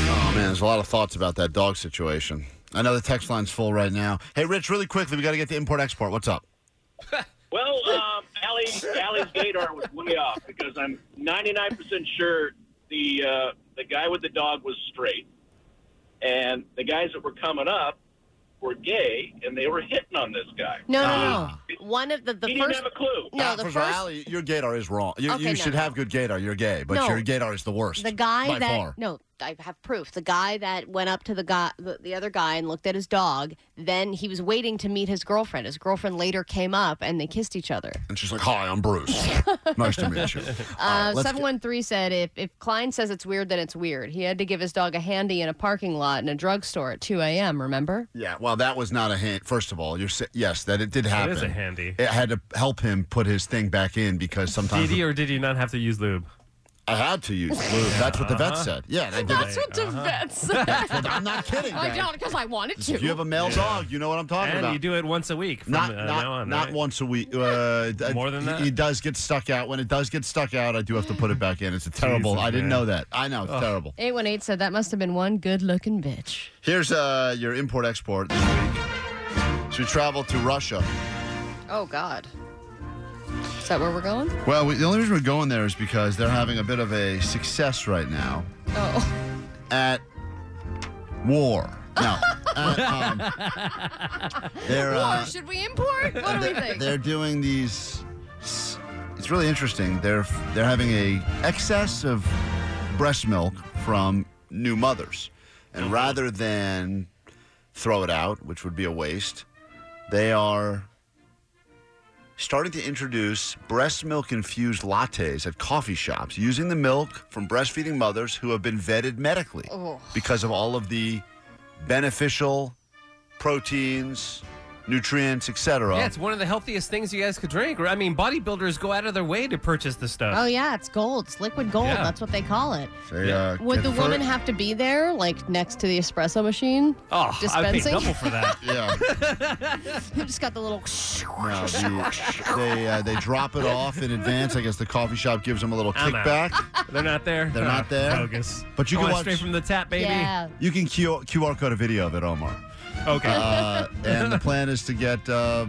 Oh, man, there's a lot of thoughts about that dog situation. I know the text line's full right now. Hey, Rich, really quickly, we got to get to import export. What's up? Well, um, Allie, Allie's radar was way off because I'm 99% sure the uh, the guy with the dog was straight, and the guys that were coming up were gay, and they were hitting on this guy. No, no, no. Ah. One of the, the he first. didn't have a clue. No, the for first. Valley, your gaydar is wrong. You, Okay, you no, should no. have good gaydar. You're gay, but No. your gaydar is the worst. The guy by that far. no, I have proof. The guy that went up to the guy, the, the other guy, and looked at his dog. Then he was waiting to meet his girlfriend. His girlfriend later came up, and they kissed each other. And she's like, "Hi, I'm Bruce. nice to meet you." Uh, let's Seven one three said if if Klein says it's weird, then it's weird. He had to give his dog a handy in a parking lot in a drugstore at two a.m. Remember? Yeah, well, that was not a hint. First of all, you're sa- yes, that it did That happen. is a handy. It had to help him put his thing back in because sometimes Did he or did he not have to use lube? I had to use lube. That's what the vet Uh-huh. said. Yeah, and I did it. what the vet said. I'm not kidding. man. because I wanted If you have a male dog, you know what I'm talking And about. you do it once a week from not uh, not, now on. not right? once a week. Uh, d- More than he- that? He does get stuck out. When it does get stuck out, I do have to put it back in. It's a terrible. Jesus, I didn't man. know that. I know it's terrible. Eight one eight said that must have been one good-looking bitch. Here's uh, your import export this week. So we travel to Russia. Oh God. Is that where we're going? Well, we, the only reason we're going there is because they're having a bit of a success right now Oh. at war. No, at, um, they're uh, Oh, Should we import? What do we think? they're doing these. s- It's really interesting. They're they're having a excess of breast milk from new mothers, and rather than throw it out, which would be a waste, they are starting to introduce breast milk infused lattes at coffee shops using the milk from breastfeeding mothers who have been vetted medically Oh. because of all of the beneficial proteins, nutrients, etc. Yeah, it's one of the healthiest things you guys could drink. I mean, bodybuilders go out of their way to purchase this stuff. Uh, Oh yeah, it's gold. It's liquid gold. Yeah. That's what they call it. They, uh, Would the confer- woman have to be there, like next to the espresso machine? Oh, I paid dispensing? double for that. Yeah. You just got the little. No, the- they uh, they drop it off in advance. I guess the coffee shop gives them a little I'm kickback. They're not there. They're not Ah, there. Bogus. But you I can want watch- straight from the tap, baby. Yeah. You can Q- QR code a video of it, Omar. Okay. Uh, and the plan is to get uh,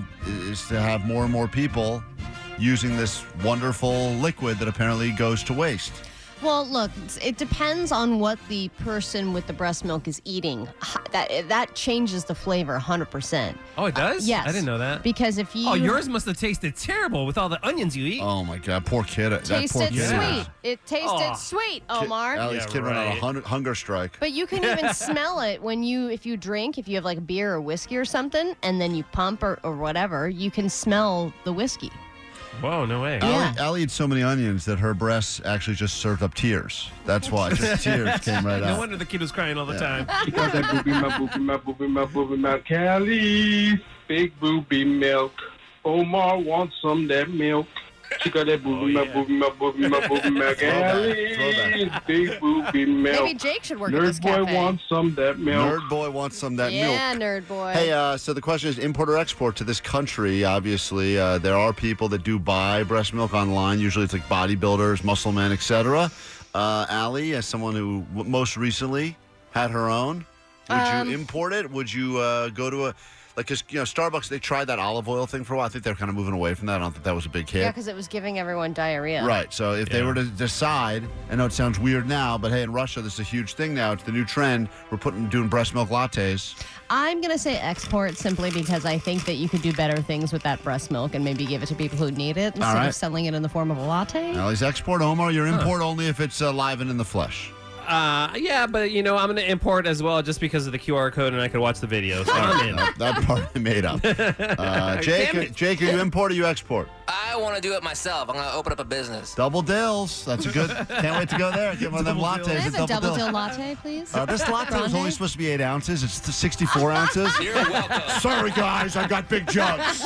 is to have more and more people using this wonderful liquid that apparently goes to waste. Well, look, it's- it depends on what the person with the breast milk is eating. H- That that changes the flavor 100%. oh, it does. Yes. I didn't know that. Because if you oh, yours must have tasted terrible with all the onions you eat. Oh my God, poor kid! that poor tasted kid. sweet, it tasted Oh. sweet, Omar. Allie's Yeah, kid went on a right. hun- hunger strike. But you can even smell it when you, if you drink, if you have like beer or whiskey or something, and then you pump or, or whatever, you can smell the whiskey. Whoa, no way. Yeah. Allie, Allie had so many onions that her breasts actually just served up tears. That's why just tears came right No out. wonder the kid was crying all the time. She got that booby my booby my booby my booby my Kelly. Big booby milk. Omar wants some of that milk. She got that booby my yeah. booby my booby my booby my Kelly. throwback. Big booby Maybe milk. Jake should work at this Nerd boy cafe. wants some of that milk. Nerd boy wants some of that milk. yeah, nerd boy. Hey, uh, so the question is import or export to this country? Obviously, uh, there are people that do buy breast milk online. Usually, it's like bodybuilders, muscle men, etc. Uh, Allie, as someone who w- most recently had her own, would you import it? Would you uh, go to a? Like, cause you know, Starbucks they tried that olive oil thing for a while. I think they're kind of moving away from that. I don't think that was a big hit. Yeah, because it was giving everyone diarrhea. Right. So if they were to decide, I know it sounds weird now, but hey, in Russia this is a huge thing now. It's the new trend. We're putting doing breast milk lattes. I'm going to say export simply because I think that you could do better things with that breast milk and maybe give it to people who need it instead right. of selling it in the form of a latte. Now, he's export Omar. Your import only if it's uh, live and in the flesh. Uh, yeah, but you know, I'm gonna import as well just because of the QR code, and I could watch the videos. I'm in. That, that part I made up. Uh, Jake, Damn it. Jake, are you import or you export? I want to do it myself. I'm going to open up a business. Double dills. That's a good. Can't wait to go there. Get one of them lattes. Can I have at a double Dill. dill latte, please? Uh, this latte was Grande? only supposed to be eight ounces. It's th- 64 ounces. You're welcome. Sorry, guys, I got big jugs.